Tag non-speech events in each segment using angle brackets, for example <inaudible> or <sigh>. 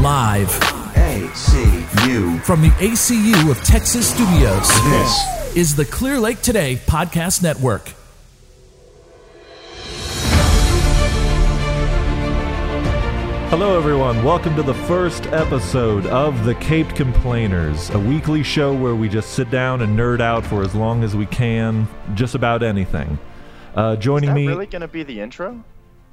Live ACU. from the ACU of Texas Studios This is the Clear Lake Today Podcast Network. Hello, everyone. Welcome to the first episode of The Caped Complainers, a weekly show where we just sit down and nerd out for as long as we can, just about anything. Uh, joining Is that me, really going to be the intro?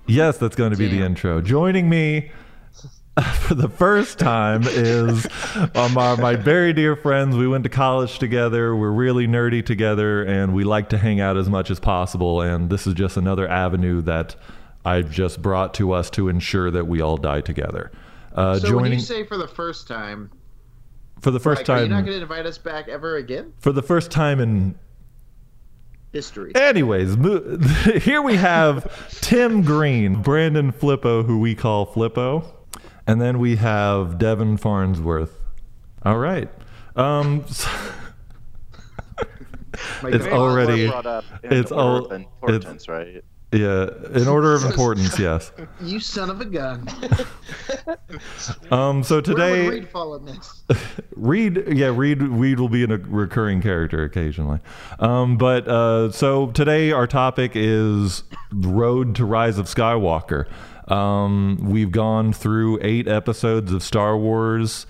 yes, that's going to be the intro. Joining me <laughs> for the first time is um, our, my very dear friends. We went to college together. We're really nerdy together, and we like to hang out as much as possible. And this is just another avenue that I've just brought to us to ensure that we all die together. Uh, So when joining you say for the first time, for the first like, are you time not going to invite us back ever again? for the first time in History. anyways mo- <laughs> here we have tim green brandon flippo who we call flippo and then we have devin farnsworth all right um <laughs> so- My it's God. already- We're brought up in it's order all- of importance, right? yeah in order <laughs> of importance yes You son of <laughs> a gun. um so Where today would Reed fall in this? Reed, yeah, Reed, Reed will be in a recurring character occasionally. Um, but uh, so today our topic is the Road to Rise of Skywalker. Um, we've gone through eight episodes of Star Wars,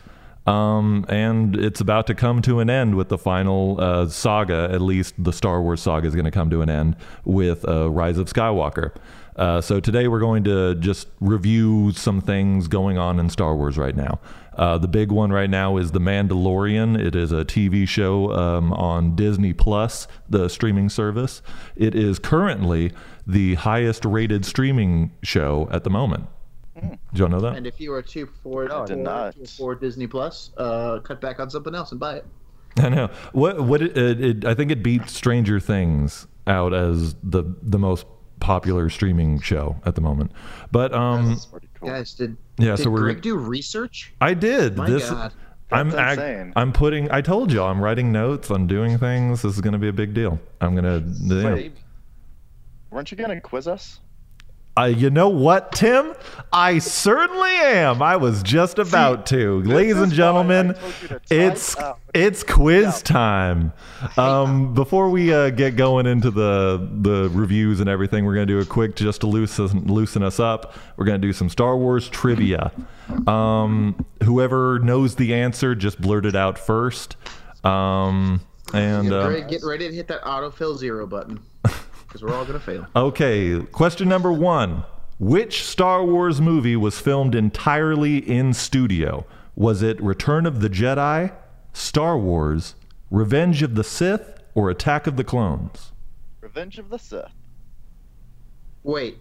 um, and it's about to come to an end with the final uh, saga. At least the Star Wars saga is going to come to an end with uh, Rise of Skywalker. Uh, so today we're going to just review some things going on in Star Wars right now. Uh, the big one right now is The Mandalorian. It is a TV show um, on Disney Plus, the streaming service. It is currently the highest rated streaming show at the moment. Do y'all know <laughs> that? And if you are too poor, I did poor not. to afford Disney Plus, uh, cut back on something else and buy it. I know. What? What? It, it, it, I think it beat Stranger Things out as the the most popular streaming show at the moment. But um, It's pretty cool. Guys, did Yeah, did so we're- Greg do research? I did My this. God. I'm That's act- insane. I'm putting. I told y'all. I'm writing notes. I'm doing things. This is gonna be a big deal. I'm gonna. yeah. Wait, weren't you going to quiz us? Uh, you know what, Tim? I certainly am. I was just about to, ladies is and why I gentlemen. told you to type It's out. it's quiz time. Um, before we uh, get going into the the reviews and everything, we're gonna do a quick just to loosen loosen us up. We're gonna do some Star Wars trivia. Um, whoever knows the answer, just blurt it out first. Um, and uh, Greg, get ready to hit that autofill <laughs> zero button. Because we're all going to fail. Okay, question number one. Which Star Wars movie was filmed entirely in studio? Was it Return of the Jedi, Star Wars, Revenge of the Sith, or Attack of the Clones? Revenge of the Sith. Wait.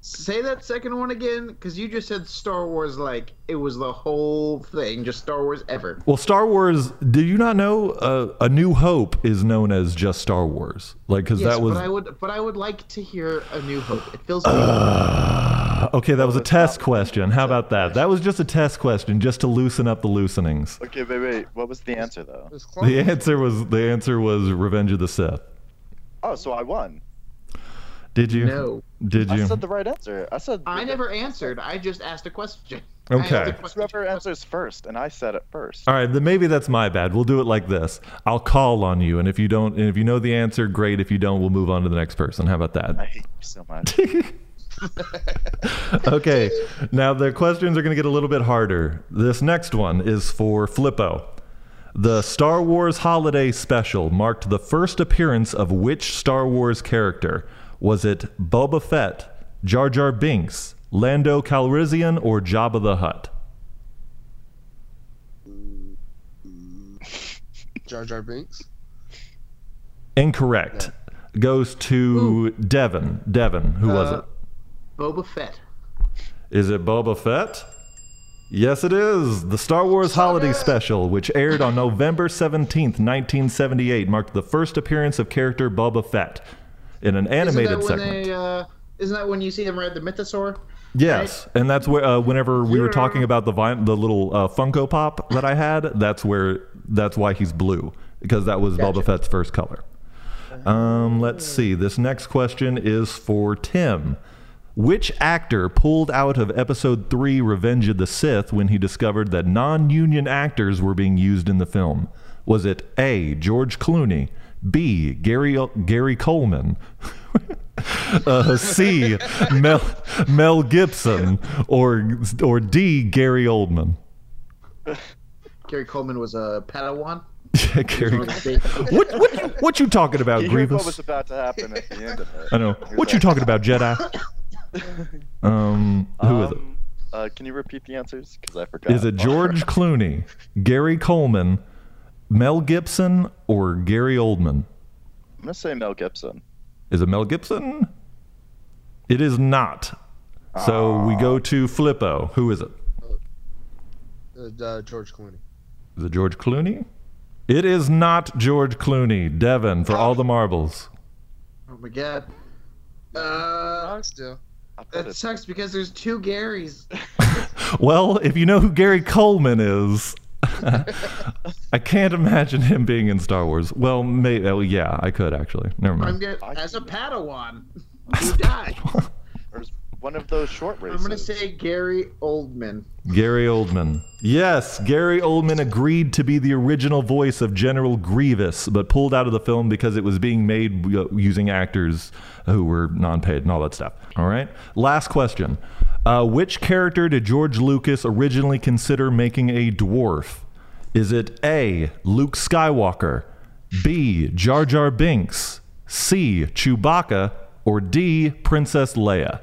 Say that second one again, because you just said Star Wars like it was the whole thing, just Star Wars ever. Well, Star Wars, do you not know uh, A New Hope is known as just Star Wars? Like, because Yes, that was. but I would, but I would like to hear a new hope. It feels. Uh, okay, that was a test question. How about that? That was just a test question just to loosen up the loosenings. Okay, wait, wait. What was the answer, though? The answer was the answer was Revenge of the Sith. Oh, so I won. Did you? No. Did you? I said the right answer. I said. I never answered. I just asked a question. I Okay. asked a It's question. Whoever answers first, and I said it first. All right, then maybe that's my bad. We'll do it like this. I'll call on you, and if you don't, and if you know the answer, great. If you don't, we'll move on to the next person. How about I that? hate you so <laughs> much. Okay. now the questions are going to get a little bit harder. This next one is for Flippo. The Star Wars Holiday Special marked the first appearance of which Star Wars character? Was it Boba Fett, Jar Jar Binks, Lando Calrissian, or Jabba the Hutt? Jar Jar Binks. Incorrect. Goes to Devin. Devin, who was Uh, it? Boba Fett. Is it Boba Fett? Yes, it is. The Star Wars Holiday Special, which aired on November 17th, 1978, marked the first appearance of character Boba Fett in an Isn't animated that when segment. they? Uh, isn't that when you see them ride the Mythosaur? Yes, and that's where uh, whenever we were talking about the vine, the little uh, Funko Pop that I had, that's where that's why he's blue because that was Boba Fett's first color. Um, let's see. This next question is for Tim. Which actor pulled out of episode 3 Revenge of the Sith when he discovered that non union actors were being used in the film? Was it A. George Clooney, B. Gary, Gary Coleman, <laughs> uh, C. Mel, Mel Gibson, or, or D. Gary Oldman? <laughs> Gary Coleman was a Padawan. Yeah, Gary. One of the big- What, what, you- what you talking about, You heard Grievous? what was about to happen at the end of it. <laughs> I know. Here's What you that. talking about, Jedi? <laughs> Um, who is it? Um, Uh, can you repeat the answers? Because I forgot. Oh, Is it George Clooney, Gary Coleman, Mel Gibson, or Gary Oldman? I'm gonna say Mel Gibson. Is it Mel Gibson? It is not. So we go to Flippo. Who is it? Uh, uh, George Clooney. Is it George Clooney? It is not George Clooney. Devin for all the marbles. Oh my god. Uh, I still. I thought that it- sucks because there's two Garys. Well, if you know who Gary Coleman is, <laughs> I can't imagine him being in Star Wars. Well, maybe. Oh, yeah, I could actually. Never I'm mind. get, as a Padawan, you die. There's one of those short races. I'm gonna say Gary Oldman. Gary Oldman. Yes, Gary Oldman agreed to be the original voice of General Grievous, but pulled out of the film because it was being made uh, using actors who were non paid and all that stuff. All right. Last question uh, Which character did George Lucas originally consider making a dwarf? Is it A, Luke Skywalker, B, Jar Jar Binks, C, Chewbacca, or D, Princess Leia?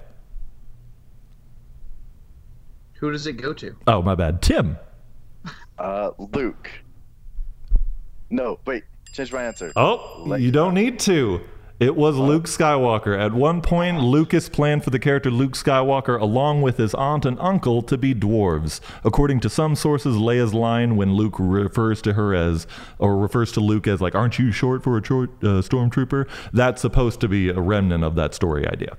Who does it go to? Oh, my bad. Tim. Uh, Luke. No, wait. Change my answer. Oh, you don't need to. It was Luke Skywalker. At one point, Lucas planned for the character Luke Skywalker along with his aunt and uncle to be dwarves. According to some sources, Leia's line when Luke refers to her as, or refers to Luke as, like, aren't you short for a short, uh, stormtrooper? That's supposed to be a remnant of that story idea.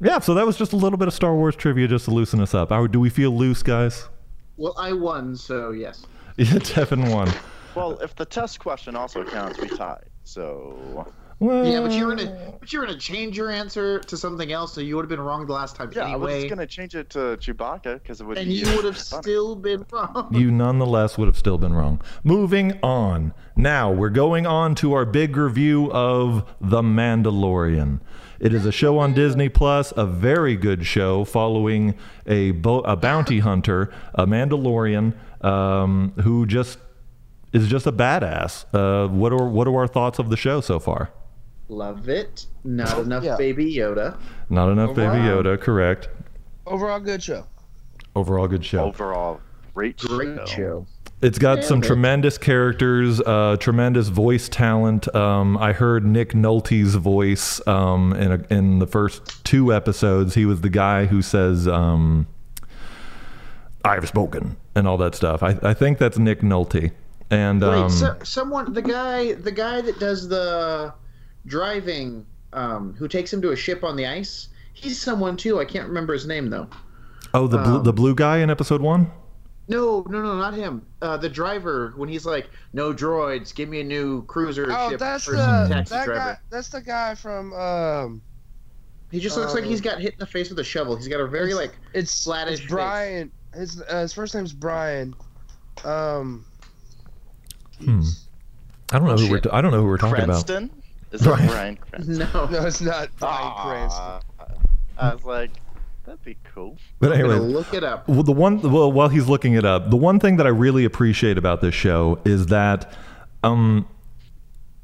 Yeah, so that was just a little bit of Star Wars trivia just to loosen us up. How, do we feel loose, guys? <laughs> Well, I won, so yes. Yeah, Tevin won. Well, if the test question also counts, we tied. So Well, Yeah, but you were gonna, but you were gonna change your answer to something else, so you would have been wrong the last time yeah, I was anyway, just gonna change it to Chewbacca because it would. and be you would have funny. still been wrong. you nonetheless would have still been wrong. Moving on. Now we're going on to our big review of The Mandalorian. It is a show on Disney Plus, a very good show following a, bo- a bounty <laughs> hunter, a Mandalorian, um, who just is just a badass. Uh, what are what are our thoughts of the show so far? <laughs> Love it. Not enough, Yeah. baby Yoda. Not enough, baby Wow. Yoda. Correct. Overall, good show. Overall, good show. overall great. Great show. It's got some it. tremendous characters, uh, tremendous voice talent. Um, I heard Nick Nolte's voice um, in a, in the first two episodes. He was the guy who says, um, "I've spoken" and all that stuff. I, I think that's Nick Nolte. And Wait, um, so, someone, the guy, the guy that does the driving, um, who takes him to a ship on the ice. He's someone too. I can't remember his name though. oh, the blue, um, the blue guy in episode one. No, no, no, not him. Uh, the driver when he's like, "No droids, give me a new cruiser Oh, ship." that's or the that taxi guy. driver. That's the guy from. Um, He just looks like um, he's got hit in the face with a shovel. He's got a very like it's Flattish it's Brian. His uh, his first name's Brian. Um. Hmm. I don't know who we're t- I don't know who we're talking about. Cranston. Is it Brian. Brian <laughs> <laughs> Cranston? no. <laughs> No, it's not Brian Cranston. Ah, I was like, that'd be cool. But I'm anyway, gonna look it up. Well, the one well, while he's looking it up, the one thing that I really appreciate about this show is that um,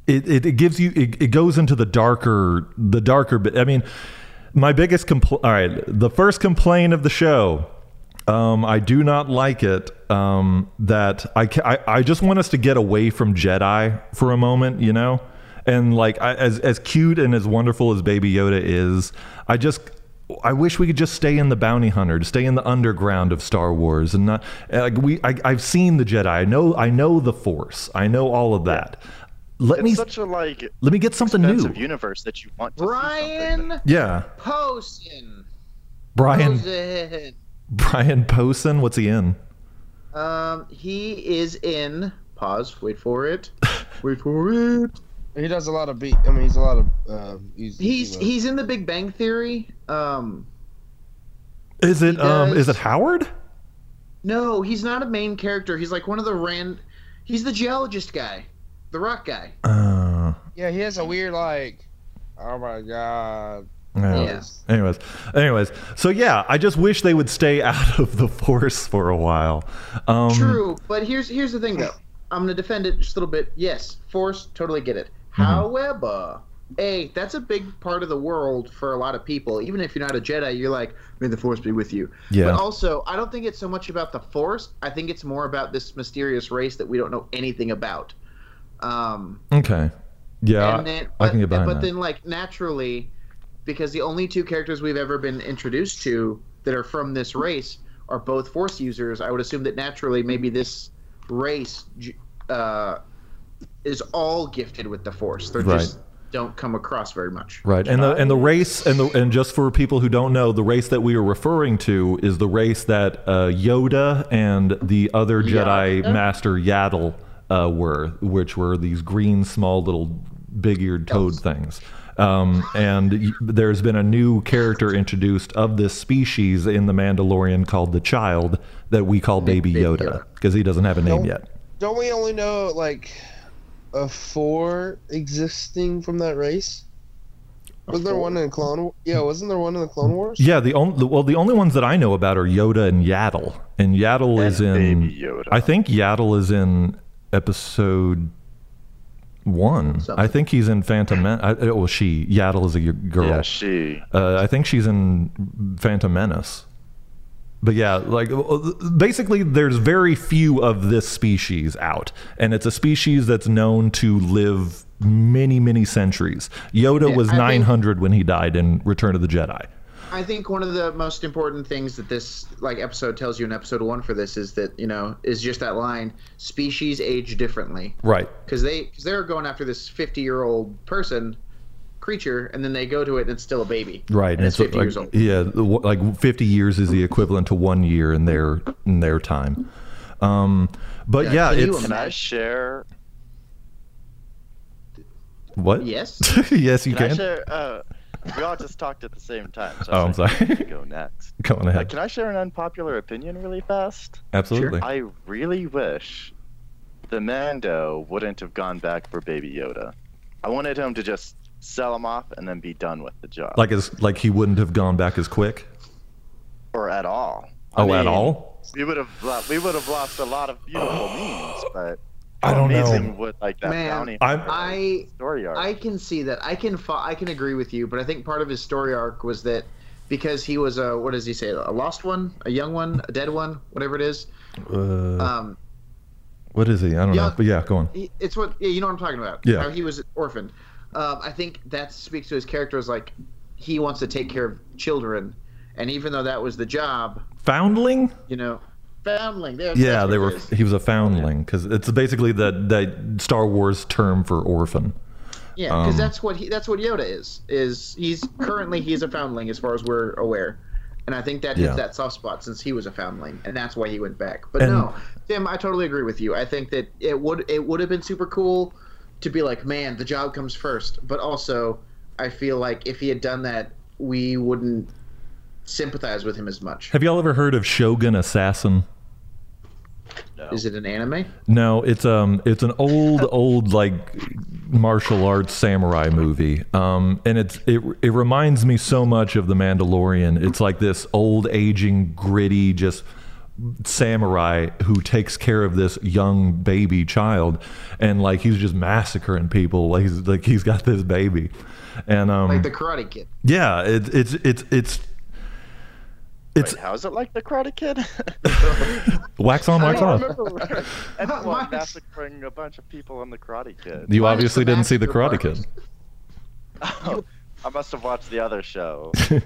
it, it, it gives you it, it goes into the darker the darker bit. I mean, my biggest compl- all right, the first complaint of the show. Um, I do not like it. Um, that I, ca- I I just want us to get away from Jedi for a moment, you know, and like I, as as cute and as wonderful as Baby Yoda is, I just I wish we could just stay in the bounty hunter, to stay in the underground of Star Wars, and not uh, like we. I, I've seen the Jedi. I know. I know the Force. I know all of that. Let It's me such a like let me get something new. expensive universe that you want to see Brian Yeah, Posen. Oh, Brian Posen. Brian Posen. What's he in? Um, he is in. Pause. Wait for it. Wait for it. He does a lot of beat. I mean, he's a lot of. Uh, he's He's he's in The Big Bang Theory. Um, Is it He um? Is does. it Howard? No, he's not a main character. He's like one of the ran. He's the geologist guy, the rock guy. Uh, Yeah, he has a weird like. Oh my god. yeah. Yes. Anyways, anyways, so yeah, I just wish they would stay <laughs> out of the force for a while. Um, True, but here's here's the thing though. I'm gonna defend it just a little bit. Yes, force, totally get it. Mm-hmm. However, a that's a big part of the world for a lot of people. Even if you're not a Jedi, you're like, may the force be with you. Yeah. But also, I don't think it's so much about the force. I think it's more about this mysterious race that we don't know anything about. Um, Okay. Yeah, and then, I can get behind But that. then, like naturally, because the only two characters we've ever been introduced to that are from this race are both Force users. I would assume that naturally, maybe this race j- uh, is all gifted with the Force. They are just don't come across very much. Right, and the and the race and the and just for people who don't know, the race that we are referring to is the race that uh, Yoda and the other Jedi Master Yaddle uh, were, which were these green, small, little, big-eared toad things. Um, and y- there's been a new character introduced of this species in the Mandalorian called the Child that we call Baby Yoda because he doesn't have a name Nope. yet. Don't we only know like a four existing from that race? Was there one in Clone? Wa- Yeah, wasn't there one in the Clone Wars? Yeah, the only well, the only ones that I know about are Yoda and Yaddle, and Yaddle is in. Baby Yoda. I think Yaddle is in episode one. I think he's in Phantom Men. I, oh, well, she Yaddle is a y- girl. yeah, she. uh, I think she's in Phantom Menace. But yeah, like uh, basically, there's very few of this species out, and it's a species that's known to live many, many centuries. Yoda was I think- 900 when he died in Return of the Jedi. I think one of the most important things that this like episode tells you in episode one for this is that you know is just that line: species age differently. Right. because they cause they're going after this 50 year old person creature and then they go to it and it's still a baby Right, and it's 50 like, years old Yeah, the wa- like fifty years is the equivalent to one year in their in their time. Um, but yeah, Yeah, can you it's Can I share? what? yes <laughs> yes, you Can, I can. share? Uh, we all just talked at the same time. So Oh, I'm I was like, <laughs> sorry. "You Go next. Go on Uh, ahead. can I share an unpopular opinion really fast? Absolutely. I really wish the Mando wouldn't have gone back for Baby Yoda. I wanted him to just sell him off and then be done with the job, Like as like he wouldn't have gone back as quick. or at all. I Oh, at mean, all? We would have lo- we would have lost a lot of <sighs> beautiful memes, but I don't know. amazing would like that Man, bounty I'm- hunter i story arc. i can see that i can fo- i can agree with you but i think part of his story arc was that because he was a what does he say a lost one a young one a dead one whatever it is Uh, um what is he? I don't know. yeah. But yeah, go on. he- it's what yeah, you know what I'm talking about. Yeah. How he was orphaned. Um, I think that speaks to his character as like he wants to take care of children, and even though that was the job, Foundling? you know, foundling. There, Yeah, that's they what were. it is. He was a foundling because it's basically the that Star Wars term for orphan. Yeah, because um, that's what he. That's what Yoda is. Is he's currently he's a foundling as far as we're aware, and I think that hits Yeah. that soft spot since he was a foundling, and that's why he went back. But And- no, Tim, I totally agree with you. I think that it would it would have been super cool to be like, man, the job comes first. But also, I feel like if he had done that, we wouldn't sympathize with him as much. Have y'all ever heard of Shogun Assassin? Is it an Mm. anime? No, it's um, it's an old, old like martial arts samurai movie. Um, and it's it it reminds me so much of The Mandalorian. It's like this old, aging, gritty, just samurai who takes care of this young baby child, and like he's just massacring people. Like he's like he's got this baby, and um, Like the Karate Kid. yeah, it's it's it's it's it's How's it like the Karate Kid? <laughs> wax on, wax I off. <laughs> remember everyone Mine- massacring a bunch of people on the Karate Kid. You Mine is obviously the didn't see the master Karate part. Kid. I must have watched the <laughs> other show, the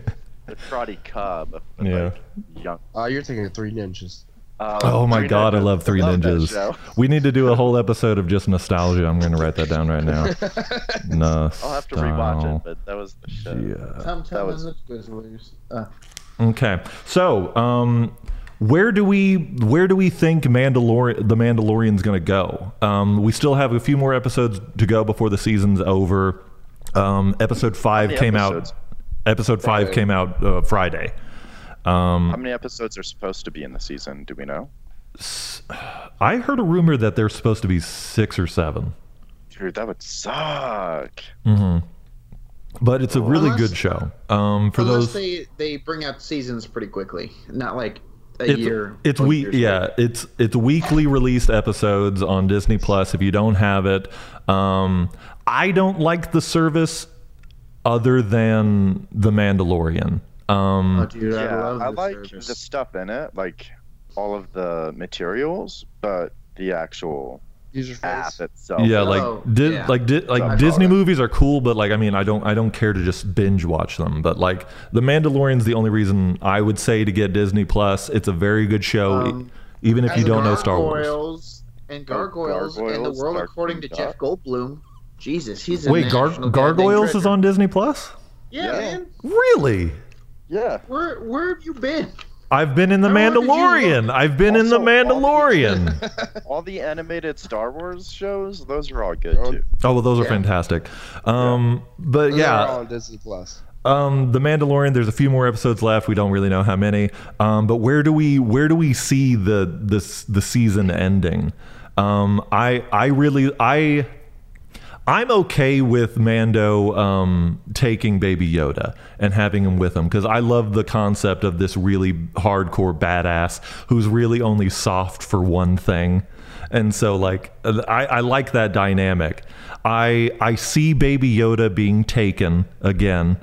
Karate Cub. with, Yeah. like, young. Oh, you're thinking of Three Ninjas. um, Oh my Three god, I Ninjas. love Three that Ninjas. show. We need to do a whole episode of just nostalgia. I'm going to write that down right <laughs> now. I'll have to rewatch it, but that was the show. Yeah. Sometimes was- it's Grizzlies. Uh, Okay. So, um where do we where do we think Mandalorian the Mandalorian's going to go? Um we still have a few more episodes to go before the season's over. Um episode 5 many came episodes? out Episode 5 came out uh, Friday. How many episodes are supposed to be in the season? Do we know? I heard a rumor that there's supposed to be six or seven, Dude, that would suck. but it's a really Unless- good show. Um, for Unless those, they they bring out seasons pretty quickly, not like a it's, year. it's or week. years Yeah, later. it's it's weekly released episodes on Disney Plus. If you don't have it, um, I don't like the service other than The Mandalorian. Um, Oh, dude, I yeah, love I this like service. the stuff in it, like all of the materials, but the actual User app face. itself. yeah, Oh, like di- yeah. like di- like I Disney call it. movies are cool, but like I mean, I don't I don't care to just binge watch them. But like The Mandalorian's the only reason I would say to get Disney Plus. It's a very good show, e- Um, even if you And don't know Star Wars. Gargoyles And gargoyles, and the Gargoyles, world Darkwing according to Duck. Jeff Goldblum. Jesus, he's a Wait, Gar- national Gargoyles is goddamn on Disney Plus? treasure. Yeah, Yeah. man, Really? yeah. where where have you been? I've been in The How long did you Mandalorian. I've been in The Also, <laughs> Mandalorian. All the animated Star Wars shows, those are all good too. oh, well, those are Yeah. fantastic. Um, But Those yeah, are all on Disney Plus. um, the Mandalorian. There's a few more episodes left. We don't really know how many. Um, but where do we where do we see the the the season ending? Um, I I really I I'm okay with Mando um, taking Baby Yoda and having him with him because I love the concept of this really hardcore badass who's really only soft for one thing. And so, like, I, I like that dynamic. I I see Baby Yoda being taken again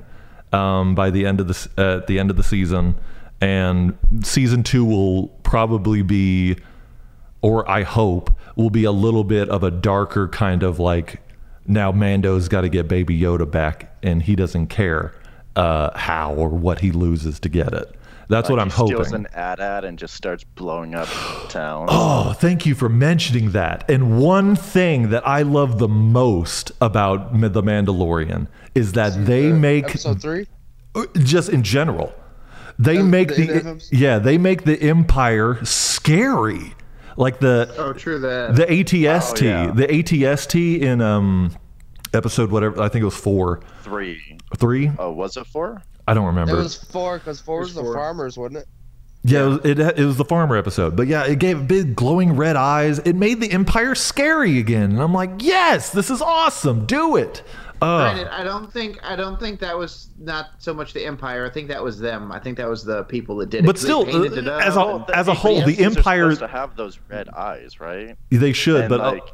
um, by the end of the s- uh, at the end of the season, and season two will probably be or I hope will be a little bit of a darker kind of like now Mando's got to get Baby Yoda back and he doesn't care uh, how or what he loses to get it. That's what I'm He steals hoping. an AT-AT and just starts <gasps> blowing up town. Oh, thank you for mentioning that. And one thing that I love the most about Ma- The Mandalorian is that they make Episode three. just in general. They Of make the the, Indians? yeah, they make the empire scary. Like the Oh, true that. the ATST, Oh, yeah. the ATST in um episode whatever I think it was four, Three. three. Oh, was it four? I don't remember. It was four because four was, the four. farmers, wasn't it? yeah, It, was, it it was the farmer episode, but yeah, it gave big glowing red eyes. It made the empire scary again, and I'm like, yes, this is awesome. Do it. Uh, Granted, I don't think I don't think that was not so much the Empire. I think that was them. I think that was the people that did it. But 'cause they still, painted uh, it up. as a- Well, as a whole, the ATSTs are Empire- supposed to have those red eyes, right? they should, And, but oh. uh, like,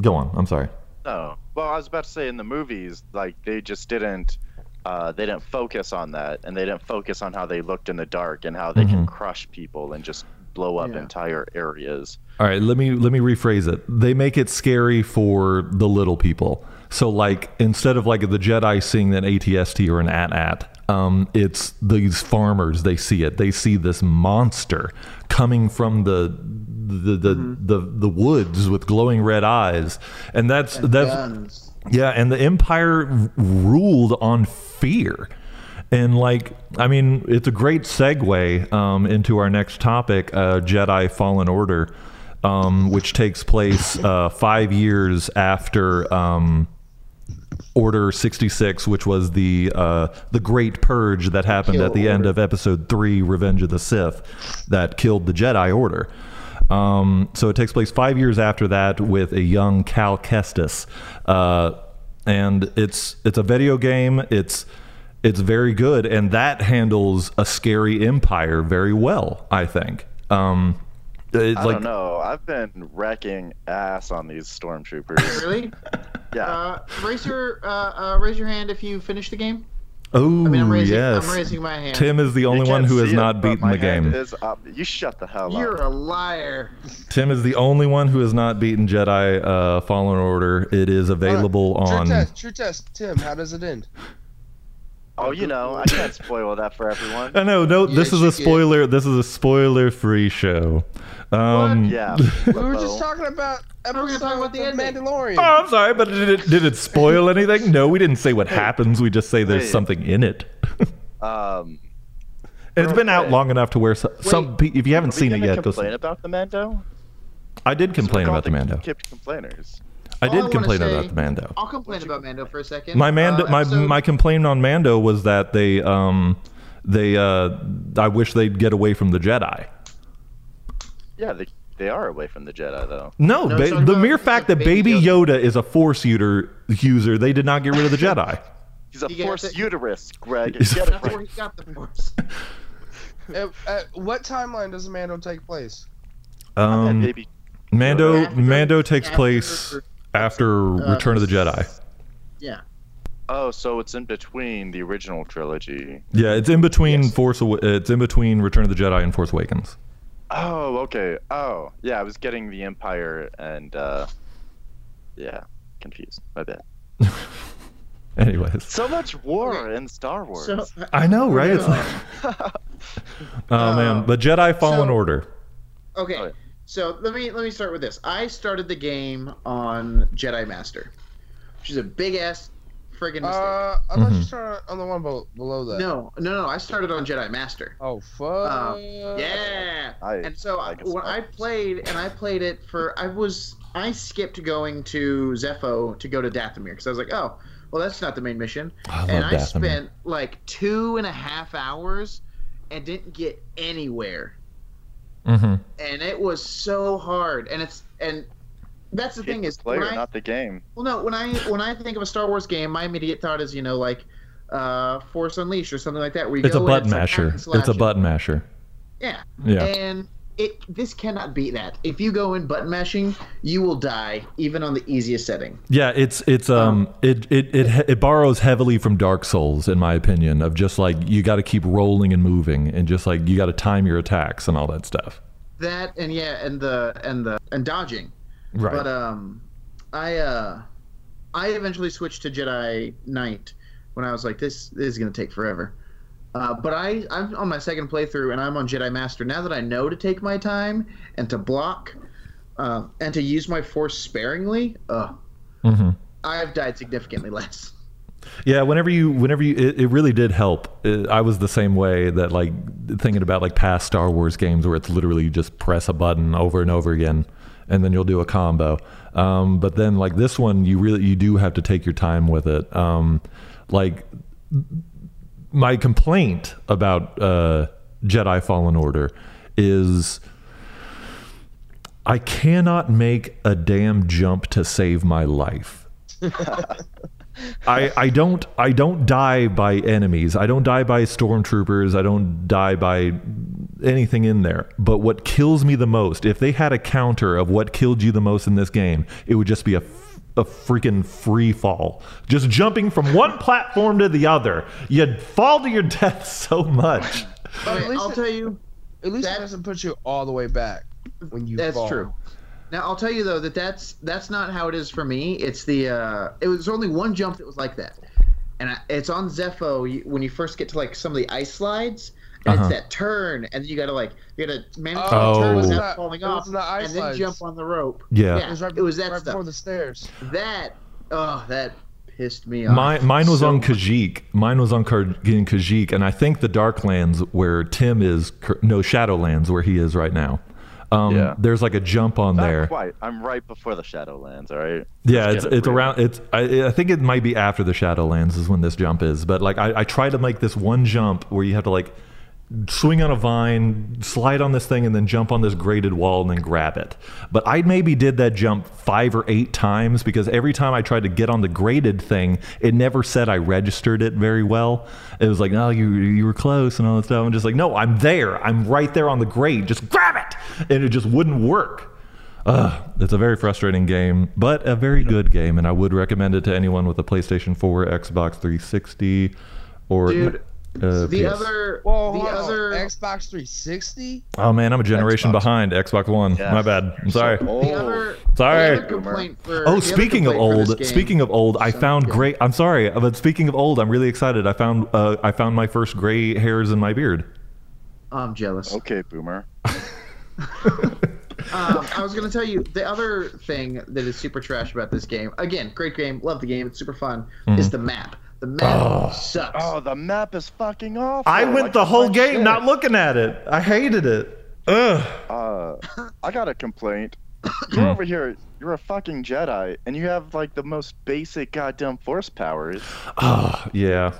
go on. I'm sorry. No. Well, I was about to say in the movies, like they just didn't, uh, they didn't focus on that, and they didn't focus on how they looked in the dark and how they Mm-hmm. can crush people and just blow up entire areas. All right, let me let me rephrase it. They make it scary for the little people. So like instead of like the Jedi seeing an ATST or an AT-AT, um, it's these farmers. They see it. They see this monster coming from the the the, the, the, woods with glowing red eyes, and that's that's Guns. yeah, and the empire r- ruled on fear. And like, I mean, it's a great segue um, into our next topic, uh, Jedi Fallen Order, um, which takes place uh, five years after um, Order sixty six, which was the uh, the Great Purge that happened at the end of Episode three, Revenge of the Sith, that killed the Jedi Order. Um, so it takes place five years after that with a young Cal Kestis, uh, and it's it's a video game. It's it's very good, and that handles a scary empire very well. I think. Um, it's I like don't know. I've been wrecking ass on these stormtroopers. Really? yeah. Uh, raise your uh, uh, raise your hand if you finish the game. oh I mean, I'm raising, yes, I'm raising my hand. Tim is the You only can't one who has see it, not but beaten my the hand game. is up. You shut the hell You're up. a liar. Tim is the only one who has not beaten Jedi uh, Fallen Order. It is available True on. test. True test. Tim, how does it end? Oh, you know, I can't spoil that for everyone. I know. Uh, No, this Yeah, is a she did. spoiler. This is a spoiler-free show. Um, <laughs> Yeah. We were just Well, talking about gonna episode talk about the the ending. Mandalorian. Oh, I'm sorry, but did it, did it spoil anything? No, we didn't say what happens. We just say there's Hey. something in it. <laughs> Um, And it's been out long enough to where some, some pe- if you haven't are we seen it gonna yet, go complain see- about the Mando? I did complain Call about the Mando. Kept complainers. I All did I wanna complain say- about the Mando. I'll complain about Mando for a second. My Mando, Uh, my episode- my complaint on Mando was that they um they uh, I wish they'd get away from the Jedi. Yeah, they, they are away from the Jedi though. No, No, ba- it's not the about- mere it's fact that not Baby Baby Yoda. is a Force user, user, they did not get rid of the Jedi. He's a You get force it. uterus, Greg. He's- Get it That's where right. he got the <laughs> force. Oh. At, at what timeline does Mando take place? Um, Baby, Mando After- Oh, Mando takes after- place after uh, Return of the Jedi. Yeah. oh, so it's in between the original trilogy. Yeah, it's in between Yes. Force. Awa- It's in between Return of the Jedi and Force Awakens. <laughs> Oh, okay. Oh, yeah. I was getting the Empire and uh, yeah, confused. My bad. Anyways, So much war in Star Wars. So uh, I know, right? It's like, oh man, the Jedi Fallen so- Order. okay. Oh, yeah. So let me let me start with this. I started the game on Jedi Master, which is a big ass friggin' mistake. Uh, I Mm-hmm. thought you started on the one bel- below that. no, no, no. I started on Jedi Master. Oh fuck. Um, yeah. I- and so I I guess when I- I played and I played it for I was I skipped going to Zepho to go to Dathomir because I was like, oh, well that's not the main mission. I and love I Dathomir. spent like two and a half hours and didn't get anywhere. hmm And it was so hard. And it's and that's the Hit thing the is when player, I- not the game. well, no. When I when I think of a Star Wars game, my immediate thought is you know like uh Force Unleashed or something like that. Where you It's a go and button like hack masher. and slash It's a and- button masher. Yeah. Yeah. And it this cannot beat that. If you go in button mashing, you will die even on the easiest setting. Yeah, it's it's um it it it he- it borrows heavily from Dark Souls in my opinion of just like you got to keep rolling and moving and just like you got to time your attacks and all that stuff. That and yeah, and the and the and dodging. Right. But um I uh I eventually switched to Jedi Knight when I was like this this is going to take forever. Uh, but I, I'm on my second playthrough and I'm on Jedi Master. Now that I know to take my time and to block uh, and to use my force sparingly, uh, Mhm. I've died significantly less. Yeah, whenever you, whenever you, it, it really did help. Uh I was the same way that like thinking about like past Star Wars games where it's literally you just press a button over and over again, and then you'll do a combo. Um, but then like this one, you really you do have to take your time with it. Um, like my complaint about uh, Jedi Fallen Order is I cannot make a damn jump to save my life. I, I don't I don't die by enemies. I don't die by stormtroopers. I don't die by anything in there. But what kills me the most, if they had a counter of what killed you the most in this game, it would just be a f- a freaking free fall. Just jumping from <laughs> one platform to the other. You'd fall to your death so much. But at Okay, least I'll it- tell you, At least That- it doesn't put you all the way back when you That's fall. true. Now I'll tell you though that that's that's not how it is for me. It's the uh, it was only one jump that was like that, and I, it's on Zepho you, when you first get to like some of the ice slides. And Uh-huh. It's that turn, and you gotta like you gotta manage to Oh. turn It was without not- falling it off, was not ice and then slides. jump on the rope. Yeah. Yeah. It was right, It was that right stuff. before the stairs. That oh, that pissed me Uh, off. Mine, mine was so on much. Kajik. Mine was on Kar- in Kajik, and I think the Darklands where Tim is, cur- no Shadowlands where he is right now. Um, Yeah. There's like a jump on Not there. quite. I'm right before the Shadowlands. All right. Yeah, Let's it's get it it's real. around. It's I, I think it might be after the Shadowlands is when this jump is. But like I, I try to make this one jump where you have to like swing on a vine, slide on this thing, and then jump on this graded wall and then grab it. But I maybe did that jump five or eight times because every time I tried to get on the graded thing, it never said I registered it very well. It was like, oh, you you were close and all that stuff. I'm just like, no, I'm there. I'm right there on the grade. Just grab it, and it just wouldn't work. Ugh, it's a very frustrating game, but a very good game, and I would recommend it to anyone with a PlayStation 4, Xbox 360, or Dude, uh, the PS. other Well, the other Xbox 360. Oh man, I'm a generation Xbox. behind Xbox One. Yeah. My bad. I'm sorry. Oh. the other Sorry. the other complaint for, Oh, speaking of old, speaking of old, I found good. great. I'm sorry, but speaking of old, I'm really excited. I found uh, I found my first gray hairs in my beard. I'm jealous. Okay, boomer. um, I was going to tell you the other thing that is super trash about this game. Again, great game, love the game, it's super fun. Is Mm. the map? The map sucks. Oh, the map is fucking off. I went the whole game not looking at it. I hated it. Ugh. <laughs> Uh, I got a <clears throat> complaint. You're over here. You're a fucking Jedi, and you have like the most basic goddamn force powers. Oh, yeah.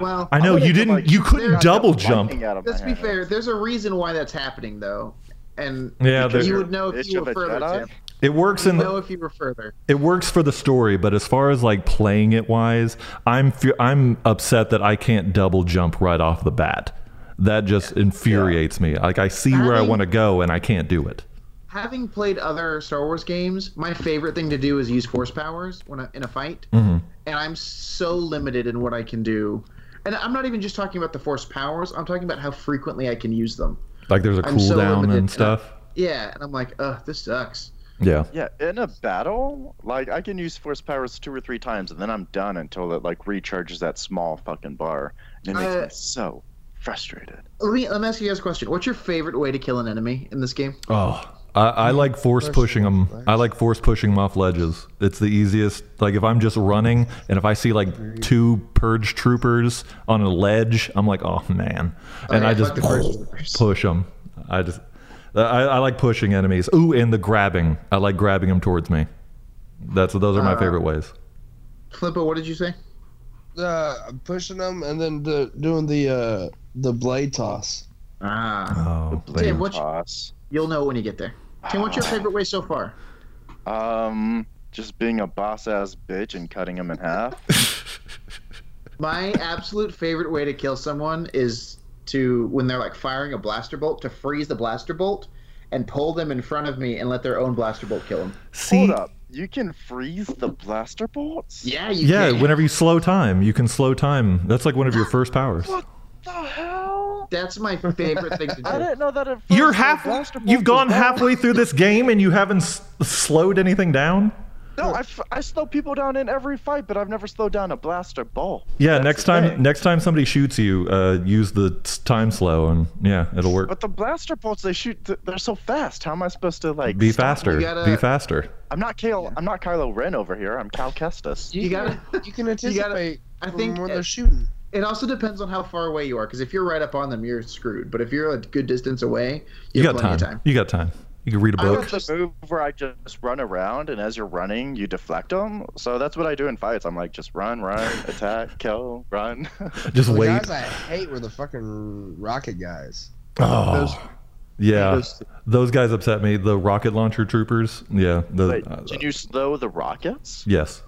Well, I know gonna you do, didn't. like, You couldn't clear out double Lightning jump. out of my let's be hand. fair. There's a reason why that's happening, though, and Yeah, there- you would know if Bitch you of were a further. Jedi? Tim. It works You in know the, if you were further. it works for the story, but as far as like playing it wise, I'm fe- I'm upset that I can't double jump right off the bat. That just infuriates me. Like I see where I Having- want to go and I can't do it. Having played other Star Wars games, my favorite thing to do is use force powers when I, in a fight, Mm-hmm. and I'm so limited in what I can do. And I'm not even just talking about the force powers. I'm talking about how frequently I can use them. Like there's a I'm so cooldown limited. and stuff. Yeah, and I'm like, ugh, this sucks. Yeah. Yeah, in a battle, like I can use force powers two or three times, and then I'm done until it like recharges that small fucking bar, and it makes Uh, me so frustrated. Let me let me ask you guys a question. What's your favorite way to kill an enemy in this game? Oh, I, I like force pushing them. I like force pushing them off ledges. It's the easiest. Like if I'm just running and if I see like two purge troopers on a ledge, I'm like, oh man, and yeah, I fuck just the purge troopers. push them. I just. I, I like pushing enemies. Ooh, and the grabbing. I like grabbing them towards me. That's those are Uh-huh. my favorite ways. Flippo, what did you say? Uh, I'm pushing them and then the, doing the uh, the blade toss. Ah, Oh, Tim, what's, Toss. you'll know when you get there. Tim, what's your favorite way so far? Um, just being a boss ass bitch and cutting him in half. My absolute favorite way to kill someone is to when they're like firing a blaster bolt to freeze the blaster bolt and pull them in front of me and let their own blaster bolt kill them. see, Hold up, you can freeze the blaster bolts. Yeah, you yeah. can. Whenever you slow time, you can slow time. That's like one of your first powers. The hell! That's my favorite <laughs> thing to I do. didn't know that. At first You're the half. blaster bolt You've was gone bad. halfway through this game and you haven't s- slowed anything down. No, I, f- I slow people down in every fight, but I've never slowed down a blaster bolt. Yeah, next the time, thing. next time somebody shoots you, uh, use the s- time slow and yeah, it'll work. But the blaster bolts they shoot, th- they're so fast. How am I supposed to like? Be stop- faster. you gotta- Be faster. I'm not Kyle. I'm not Kylo Ren over here. I'm Cal Kestis. <laughs> You gotta. You can anticipate gotta- I from think where it- they're shooting. It also depends on how far away you are, because if you're right up on them, you're screwed. But if you're a good distance away, You you, have got time. plenty of time. You got time. You can read a I book. got the move where I just run around, and as you're running, you deflect them. So that's what I do in fights. I'm like, just run, <laughs> run, attack, kill, run. <laughs> Just The wait. guys I hate were the fucking rocket guys. Those- Oh, yeah. those- Those guys upset me. The rocket launcher troopers. Yeah. The, Wait, uh, can you slow the rockets? yes.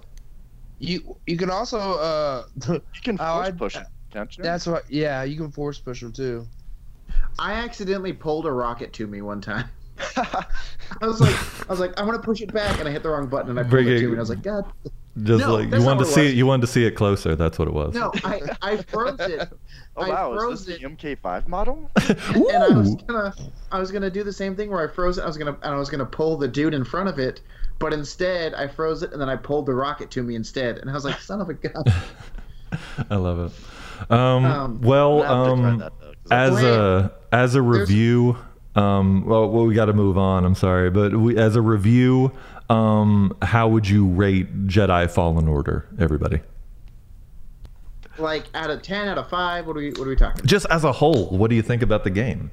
You you can also uh, You can Oh, force I- push 'em, can't you? <laughs> that's what yeah you can force push them too. I accidentally pulled a rocket to me one time. <laughs> I was like, I was like, I'm gonna push it back, and I hit the wrong button, and I pulled Bring it it- to me, and I was like, God, Just No, like you that's not wanted to what it see was. it. You wanted to see it closer. That's what it was. no, I, I froze it, oh I wow, froze is this it. the MK5 model? and I was <laughs> Ooh. gonna, I was gonna do the same thing where I froze it. I was gonna, and I was gonna pull the dude in front of it, but instead I froze it, and then I pulled the rocket to me instead, and I was like, son of a <laughs> gun. I love it. Um, Um, well, I'll have to try um, that, though, 'cause I- as a as a review um well, well we got to move on i'm sorry but we, as a review um how would you rate jedi fallen order everybody like out of ten, out of five, what are we, what are we talking? just as a whole what do you think about the game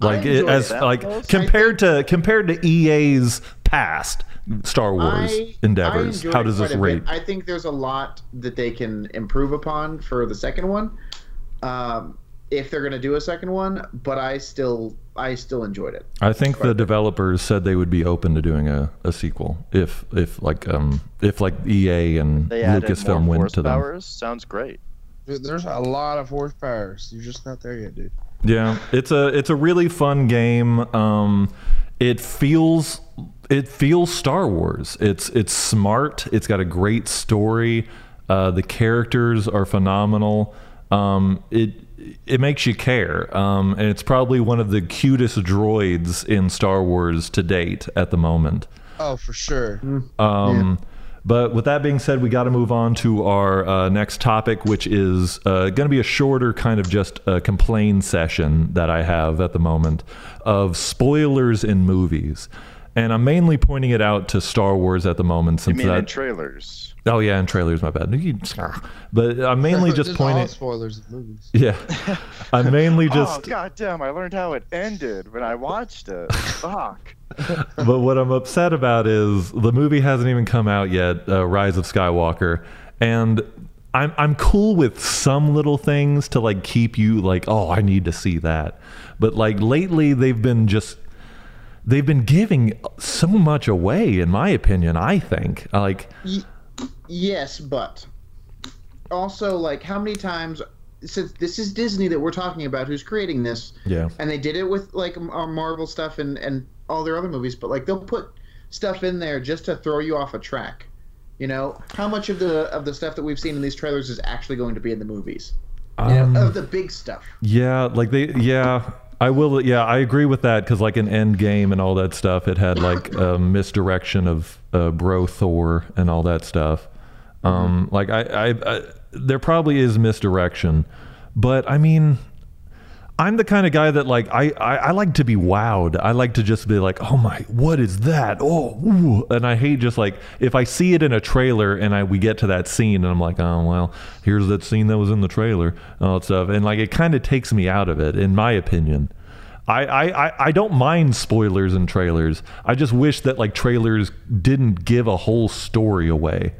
like it, enjoyed as that like most. compared to compared to ea's past star wars I, endeavors I enjoyed how does it this quite a rate bit. I think there's a lot that they can improve upon for the second one, um, if they're gonna do a second one. But I still, I still enjoyed it. I think the developers said they would be open to doing a, a sequel if if like um if like EA and they added Lucasfilm more went to them. powers. Sounds great. Dude, there's a lot of horse powers. You're just not there yet, dude. Yeah, it's a it's a really fun game. Um, it feels it feels Star Wars. It's it's smart. It's got a great story. Uh, the characters are phenomenal. Um, it it makes you care, um, and it's probably one of the cutest droids in Star Wars to date at the moment. Oh, for sure. Mm-hmm. Um, But with that being said, we got to move on to our uh, next topic, which is uh, going to be a shorter kind of just uh, complain session that I have at the moment of spoilers in movies. And I'm mainly pointing it out to Star Wars at the moment, I since mean, in that. trailers. oh yeah, and trailers. My <laughs> bad. You- But I'm mainly just There's all pointing. spoilers of movies. Yeah, I'm mainly <laughs> Oh just. goddamn! I learned how it ended when I <laughs> watched it. Fuck. but what I'm upset about is the movie hasn't even come out yet, uh, Rise of Skywalker, and I'm I'm cool with some little things to like keep you like oh I need to see that, but like lately they've been just they've been giving so much away in my opinion. I think like Yes, but also like how many times since this is Disney that we're talking about who's creating this yeah and they did it with like m- our Marvel stuff and and all their other movies but like they'll put stuff in there just to throw you off a track. You know, how much of the of the stuff that we've seen in these trailers is actually going to be in the movies? You Um, know, of the big stuff. yeah like they yeah. I will. Yeah, I agree with that because, like, in Endgame and all that stuff, it had like a misdirection of uh, Bro Thor and all that stuff. Um, like, I, I, I, there probably is misdirection, but I mean, I'm the kind of guy that like I, I I like to be wowed. I like to just be like, oh my, what is that? Oh, ooh. and I hate just like if I see it in a trailer and I we get to that scene and I'm like, oh well, here's that scene that was in the trailer and all that stuff, and like it kind of takes me out of it, in my opinion. I, I, I- I don't mind spoilers and trailers. I just wish that like trailers didn't give a whole story away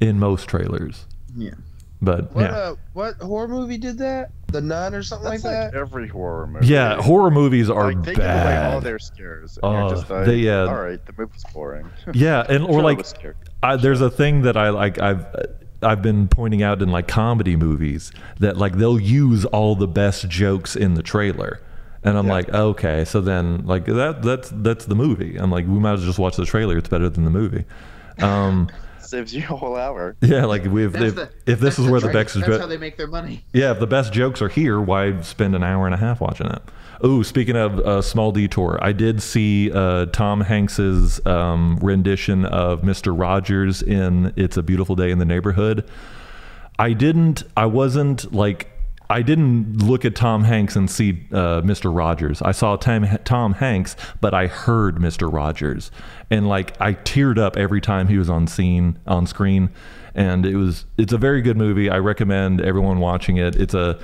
in most trailers. Yeah. But What yeah. uh, what horror movie did that? The Nun or something That's like like that? every horror movie. yeah, horror movies are like they give away all bad. their scares. And Oh, you're just like, they, yeah. all right, the movie's boring. <laughs> yeah, and or Sure, like it was scary. I, there's a thing that I like. I've I've been pointing out in like comedy movies that like they'll use all the best jokes in the trailer, and I'm like, okay, so then like that that's that's the movie. I'm like, we might as well just watch the trailer. It's better than the movie. <laughs> Um, saves you a whole hour. yeah, like we, if, if, the- if this that's is where the tra- best That's how they make their money. yeah, if the best jokes are here, why spend an hour and a half watching it? Ooh, speaking of uh, small detour, I did see uh, Tom Hanks's um, rendition of Mister Rogers in "It's a Beautiful Day in the Neighborhood." I didn't. I wasn't like. I didn't look at Tom Hanks and see uh, Mr. Rogers. I saw Tom, Tom Hanks, but I heard Mr. Rogers, and like I teared up every time he was on scene on screen. And it was. It's a very good movie. I recommend everyone watching it. It's a.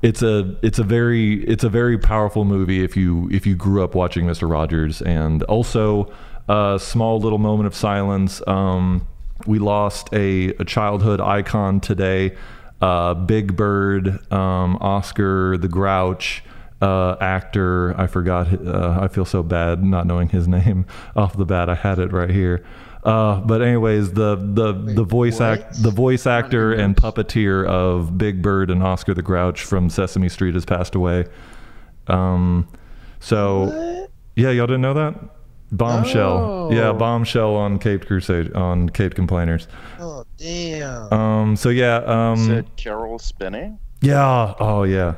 It's a it's a very it's a very powerful movie if you if you grew up watching Mr. Rogers and also a small little moment of silence. Um, we lost a, a childhood icon today, uh, Big Bird, um, Oscar the Grouch. Uh, actor, I forgot. Uh, I feel so bad not knowing his <laughs> name off the bat. I had it right here. Uh, but anyways, the the the voice act the voice actor and puppeteer of Big Bird and Oscar the Grouch from Sesame Street has passed away. Um, so yeah, y'all didn't know that. Bombshell, yeah, Oh. bombshell on Caped Crusade on Caped Complainers. Oh damn. Um, so yeah, um, Said Carol Spinney. yeah, oh yeah,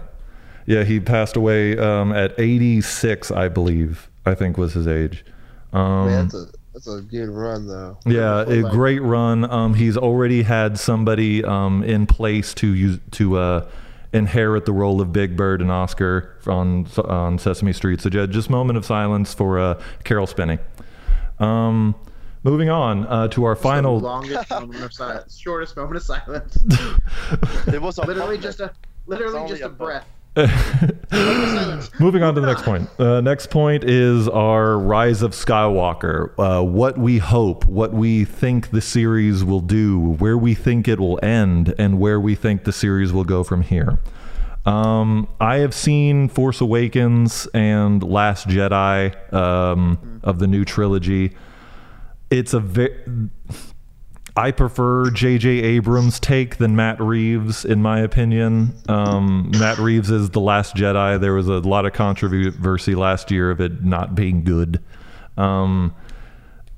yeah. He passed away um, at 86, I believe. I think was his age. Um, Man, that's a that's a good run though. Yeah, a great run. Um, he's already had somebody um, in place to use to uh, inherit the role of Big Bird and Oscar on on Sesame Street. So ju- just moment of silence for uh, Carol Spinney. Um, moving on uh, to our <laughs> The final. <laughs> longest moment of silence, shortest moment <laughs> of silence. It was a <laughs> Literally moment. just a literally only just a a breath. Moving on to the next point. Uh, next point is our Rise of Skywalker. Uh, what we hope, what we think the series will do, where we think it will end, and where we think the series will go from here. Um, I have seen Force Awakens and Last Jedi um, of the new trilogy. It's a very. I prefer J.J. Abrams' take than Matt Reeves, in my opinion. Um, Matt Reeves is the Last Jedi. There was a lot of controversy last year of it not being good. Um,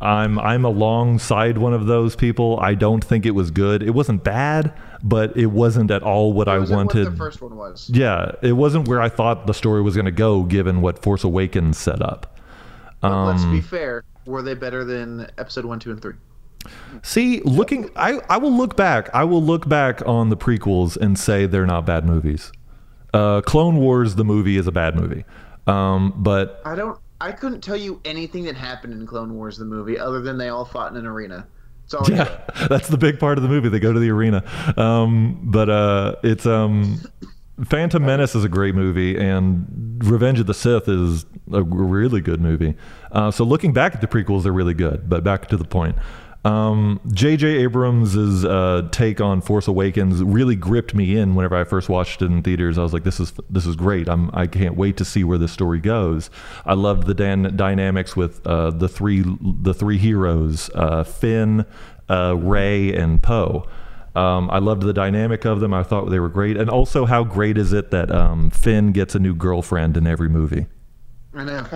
I'm I'm alongside one of those people. I don't think it was good. It wasn't bad, but it wasn't at all what I Wasn't what wanted. the first one was. Yeah, it wasn't where I thought the story was going to go, given what Force Awakens set up. But let's Um, be fair. Were they better than episode one, two, and three? See, looking, I, I will look back. I will look back on the prequels and say they're not bad movies. Uh, Clone Wars, the movie, is a bad movie. Um, but I don't. I couldn't tell you anything that happened in Clone Wars the movie, other than they all fought in an arena. It's all. I know. <laughs> that's the big part of the movie. They go to the arena. Um, but uh, it's um, Phantom Menace is a great movie, and Revenge of the Sith is a really good movie. Uh, so looking back at the prequels, they're really good. But back to the point. Um, J.J. Abrams' uh, take on Force Awakens really gripped me in whenever I first watched it in theaters. I was like, "This is this is great! I'm I can't wait to see where this story goes." I loved the dan- dynamics with uh, the three the three heroes, uh, Finn, uh, Ray, and Poe. Um, I loved the dynamic of them. I thought they were great, and also how great is it that um, Finn gets a new girlfriend in every movie? I <laughs> know.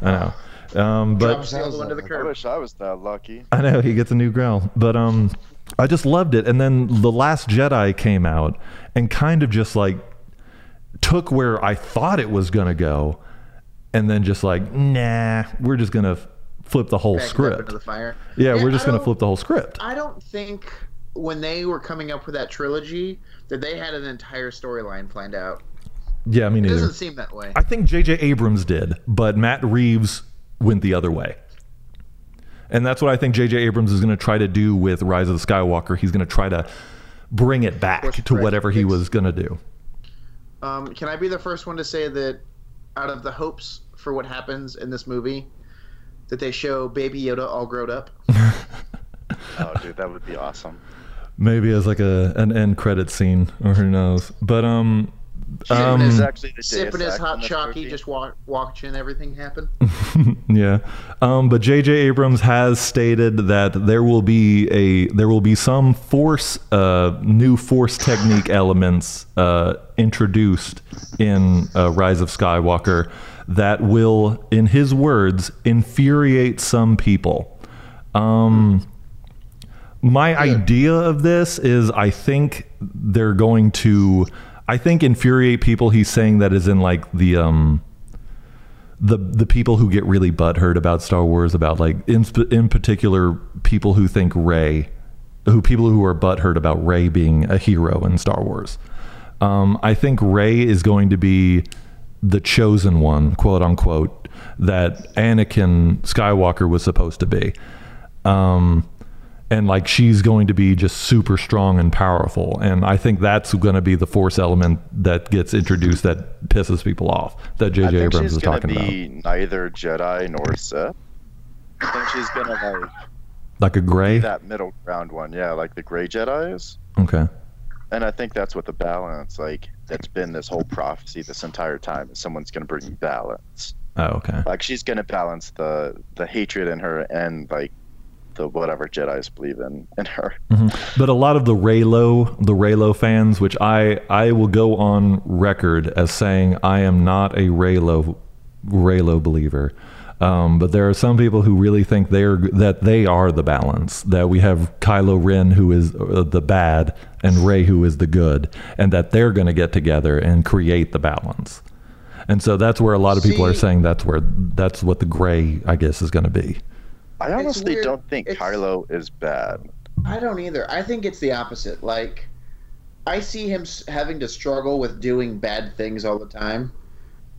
I know. Um, but Drops the other one to the I curb. wish I was that lucky. I know he gets a new growl, but um, I just loved it. And then the Last Jedi came out and kind of just like took where I thought it was gonna go, and then just like nah, we're just gonna f- flip the whole Back it up script. into the fire. yeah, we're just I gonna don't- flip the whole script. I don't think when they were coming up with that trilogy that they had an entire storyline planned out. yeah, me It neither. doesn't seem that way. I think J.J. Abrams did, but Matt Reeves went the other way. And that's what I think J.J. Abrams is going to try to do with Rise of the Skywalker. He's going to try to bring it Course back to whatever he was going to do. Um, can I be the first one to say that out of the hopes for what happens in this movie, that they show Baby Yoda all grown up? Oh, dude, that would be awesome. Maybe as like a an end credit scene, or who knows. But <laughs> um, Um, It's actually the sipping Deus his Ex in hot this chockey, movie. just wa- watching everything happen. Yeah, um, but J.J. Abrams has stated that there will be a there will be some force uh, new force technique elements uh, introduced in uh, Rise of Skywalker that will, in his words, infuriate some people. Um, my idea of this is, I think they're going to, I think infuriate people. He's saying that is in like the um the the people who get really butthurt about Star Wars, about like in sp- in particular people who think Ray, who people who are butthurt about Ray being a hero in Star Wars. Um, I think Ray is going to be the chosen one, quote unquote, that Anakin Skywalker was supposed to be. Um, and like she's going to be just super strong and powerful and i think that's going to be the force element that gets introduced that pisses people off that I jj think abrams she's is gonna talking about be neither Jedi nor Sith. I think she's gonna like like a gray that middle ground one, yeah, like the gray Jedi's. okay And I think that's what the balance, like, that's been this whole prophecy this entire time. Is someone's gonna bring balance. oh okay Like she's gonna balance the the hatred in her and like the whatever Jedi's believe in in her. but a lot of the raylo the raylo fans which i i will go on record as saying i am not a raylo raylo believer um, but there are some people who really think they are that they are the balance. That we have Kylo Ren who is uh, the bad and Rey who is the good, and that they're going to get together and create the balance. And so that's where a lot of people are See- saying that's where that's what the gray, I guess, is going to be. I honestly weird. don't think It's- Kylo is bad. I don't either. I think it's the opposite. Like, I see him s- having to struggle with doing bad things all the time.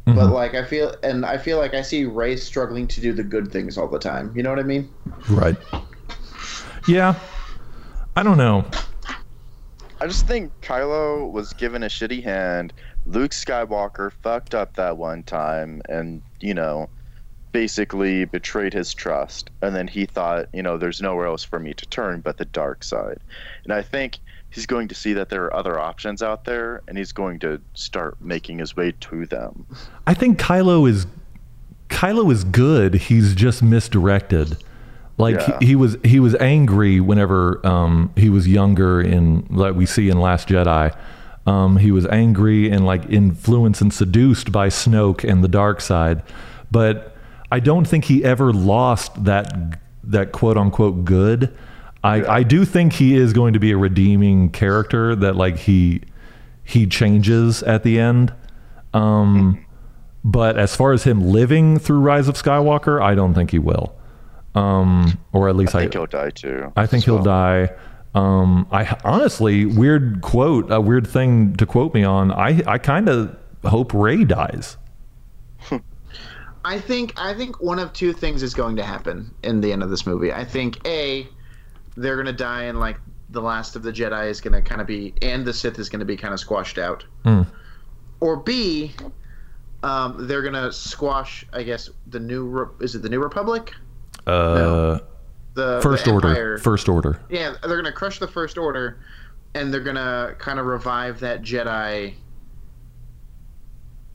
But like I feel, and I feel like I see Ray struggling to do the good things all the time. You know what I mean? Right. Yeah. I don't know. I just think Kylo was given a shitty hand. Luke Skywalker fucked up that one time and, you know, basically betrayed his trust. And then he thought, you know, there's nowhere else for me to turn but the dark side. And I think he's going to see that there are other options out there and he's going to start making his way to them. I think Kylo is Kylo is good. He's just misdirected. Like Yeah. he, he was he was angry whenever um, he was younger in like we see in Last Jedi. Um, he was angry and like influenced and seduced by Snoke and the dark side. But I don't think he ever lost that that quote unquote good. I, I do think he is going to be a redeeming character that like he he changes at the end. Um, but as far as him living through Rise of Skywalker, I don't think he will. Um, or at least I I, think he'll die too. I think he'll die. Um, I honestly, weird quote, a weird thing to quote me on. I, I kind of hope Ray dies. I think I think one of two things is going to happen in the end of this movie. I think a they're gonna die and like the last of the Jedi is gonna kind of be and the Sith is gonna be kind of squashed out. Hmm. Or B, um, they're gonna squash. I guess the new Re- is it the New Republic? Uh, the First the order. Empire. First order. Yeah, they're gonna crush the First Order, and they're gonna kind of revive that Jedi,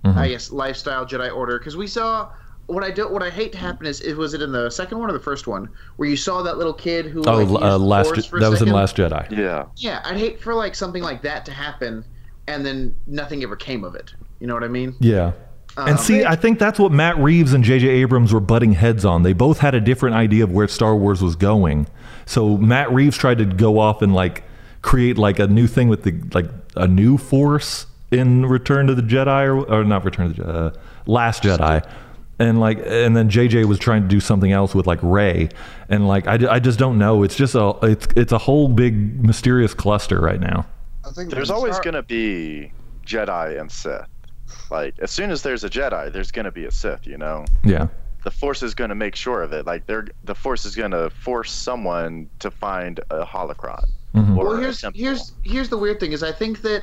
Mhm. I guess, lifestyle Jedi Order. Because we saw what I don't, what I hate to happen is, it was it in the second one or the first one where you saw that little kid who Oh, like, used uh, the last. Force for a That was in second? Last Jedi. Yeah. Yeah, I'd hate for like something like that to happen, and then nothing ever came of it. You know what I mean? Yeah. And see, I think that's what Matt Reeves and J.J. Abrams were butting heads on. They both had a different idea of where Star Wars was going. So Matt Reeves tried to go off and like create like a new thing with the like a new force in Return to the Jedi or, or not Return to the Jedi, uh, Last Jedi. And like, and then JJ was trying to do something else with like Ray, and like, I, I just don't know. It's just a, it's it's a whole big mysterious cluster right now. I think There's the always Star- going to be Jedi and Sith. Like, as soon as there's a Jedi, there's going to be a Sith, you know? Yeah, The Force is going to make sure of it. Like, they're, the Force is going to force someone to find a holocron. or well a here's temple. here's here's the weird thing is i think that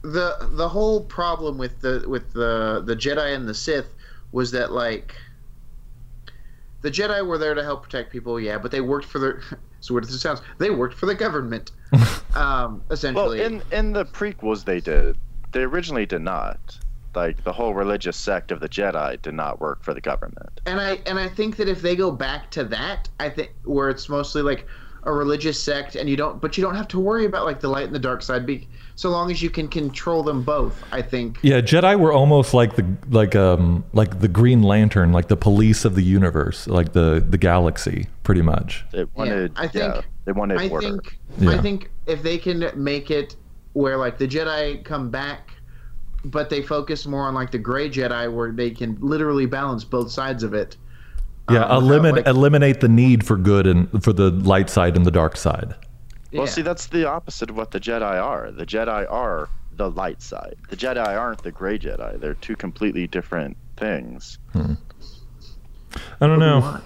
the the whole problem with the with the the jedi and the sith was that like the jedi were there to help protect people yeah but they worked for their <laughs> so weird as it sounds they worked for the government um Well, essentially in, in the prequels, they did. They originally did not. Like, the whole religious sect of the Jedi did not work for the government. and I and I think that if they go back to that, I think where it's mostly like a religious sect, and you don't, but you don't have to worry about like the light and the dark side, be, so long as you can control them both. I think. Yeah, Jedi were almost like the like um like the Green Lantern, like the police of the universe, like the the galaxy, pretty much. They wanted, I yeah, think- they wanted I order. think Yeah. I think if they can make it where like the Jedi come back, but they focus more on like the gray Jedi where they can literally balance both sides of it. Yeah, Um, without, eliminate like- eliminate the need for good and for the light side and the dark side. Well, Yeah. see, that's the opposite of what the Jedi are. The Jedi are the light side. The Jedi aren't the gray Jedi. They're two completely different things. I don't know. Why?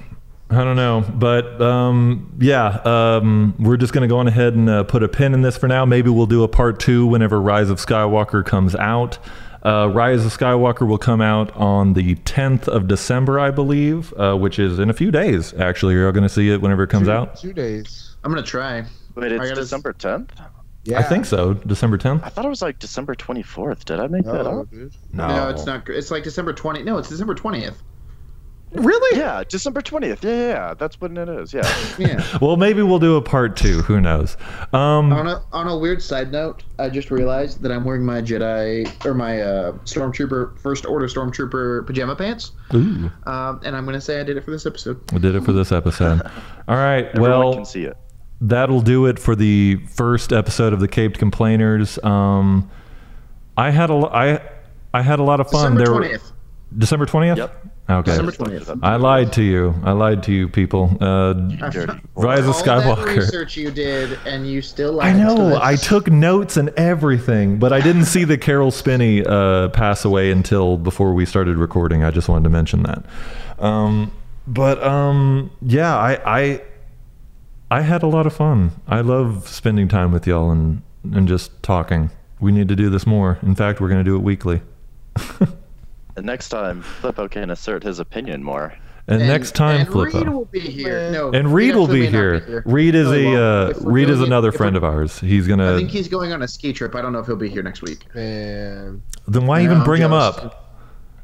I don't know, but um, yeah, um, we're just gonna go on ahead and uh, put a pin in this for now. Maybe we'll do a part two whenever Rise of Skywalker comes out. Uh, Rise of Skywalker will come out on the 10th of December, I believe, uh, which is in a few days. Actually, you're all gonna see it whenever it comes out. two days. I'm gonna try. Wait, it's gotta s- December 10th? Yeah, I think so. December 10th. I thought it was like December 24th. Did I make that No, up? dude. No, it's not. gr- It's like December twenty. No, it's December twentieth. Really? Yeah, December 20th. Yeah, yeah, yeah. That's when <laughs> it is. Yeah. Yeah. Well, maybe we'll do a part two. Who knows? Um, On a on a weird side note, I just realized that I'm wearing my Jedi or my uh, stormtrooper first order stormtrooper pajama pants, ooh, um, and I'm gonna say I did it for this episode. we did it for this episode. All right. Everyone well, can see it. that'll do it for the first episode of the Caped Complainers. Um, I had a l- I I had a lot of fun. December there, twentieth. December twentieth. Yep. Okay. December twentieth. I lied to you. I lied to you, people. Uh, <laughs> Dirty. Rise of All that Skywalker. research you did, and you still I lied to know. this. I took notes and everything, but I didn't see the Carol Spinney uh, pass away until before we started recording. I just wanted to mention that. Um, but um, yeah, I, I I had a lot of fun. I love spending time with y'all and and just talking. We need to do this more. In fact, we're going to do it weekly. And next time, Flippo can assert his opinion more. And, And- next time, and Flippo. Reed will be here. No, and he Reed will actually be may not here. Reed is Oh, a well, uh, if we're Reed is doing it- another if friend we're- of ours. He's gonna. I think he's going on a ski trip. I don't know if he'll be here next week. Man, then why Yeah, even I'm bring him jealous. up?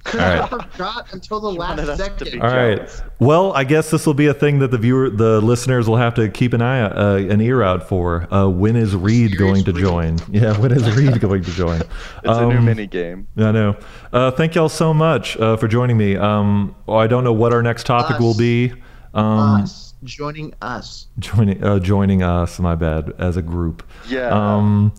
<laughs> All right. I <laughs> forgot until the wanted last us to be- second. All right. Jealous. Well, I guess this will be a thing that the viewer, the listeners, will have to keep an eye, uh, an ear out for. Uh, when is Reed going to join? <laughs> Yeah, when is Reed <laughs> going to join? It's a Um, new mini game. I know. Uh, thank y'all so much uh, for joining me. Um, well, I don't know what our next topic will Us. be. Um, Us joining us. joining, uh, joining us. My bad. As a group. Yeah. Um,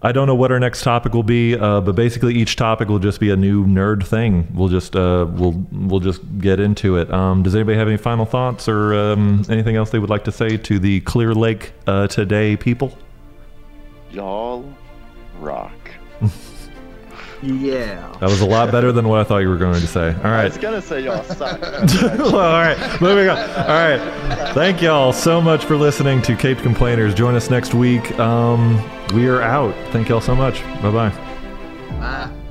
I don't know what our next topic will be, uh, but basically each topic will just be a new nerd thing. We'll just uh, we'll we'll just get into it. Um, does anybody have any final thoughts or um, anything else they would like to say to the Clear Lake uh, today people? Y'all rock. Yeah. That was a lot better than what I thought you were going to say. All I right. <laughs> was going to say y'all suck. Well, All right, moving on. All right, thank y'all so much for listening to Caped Complainers. Join us next week. Um, we are out. Thank y'all so much. Bye bye. Bye.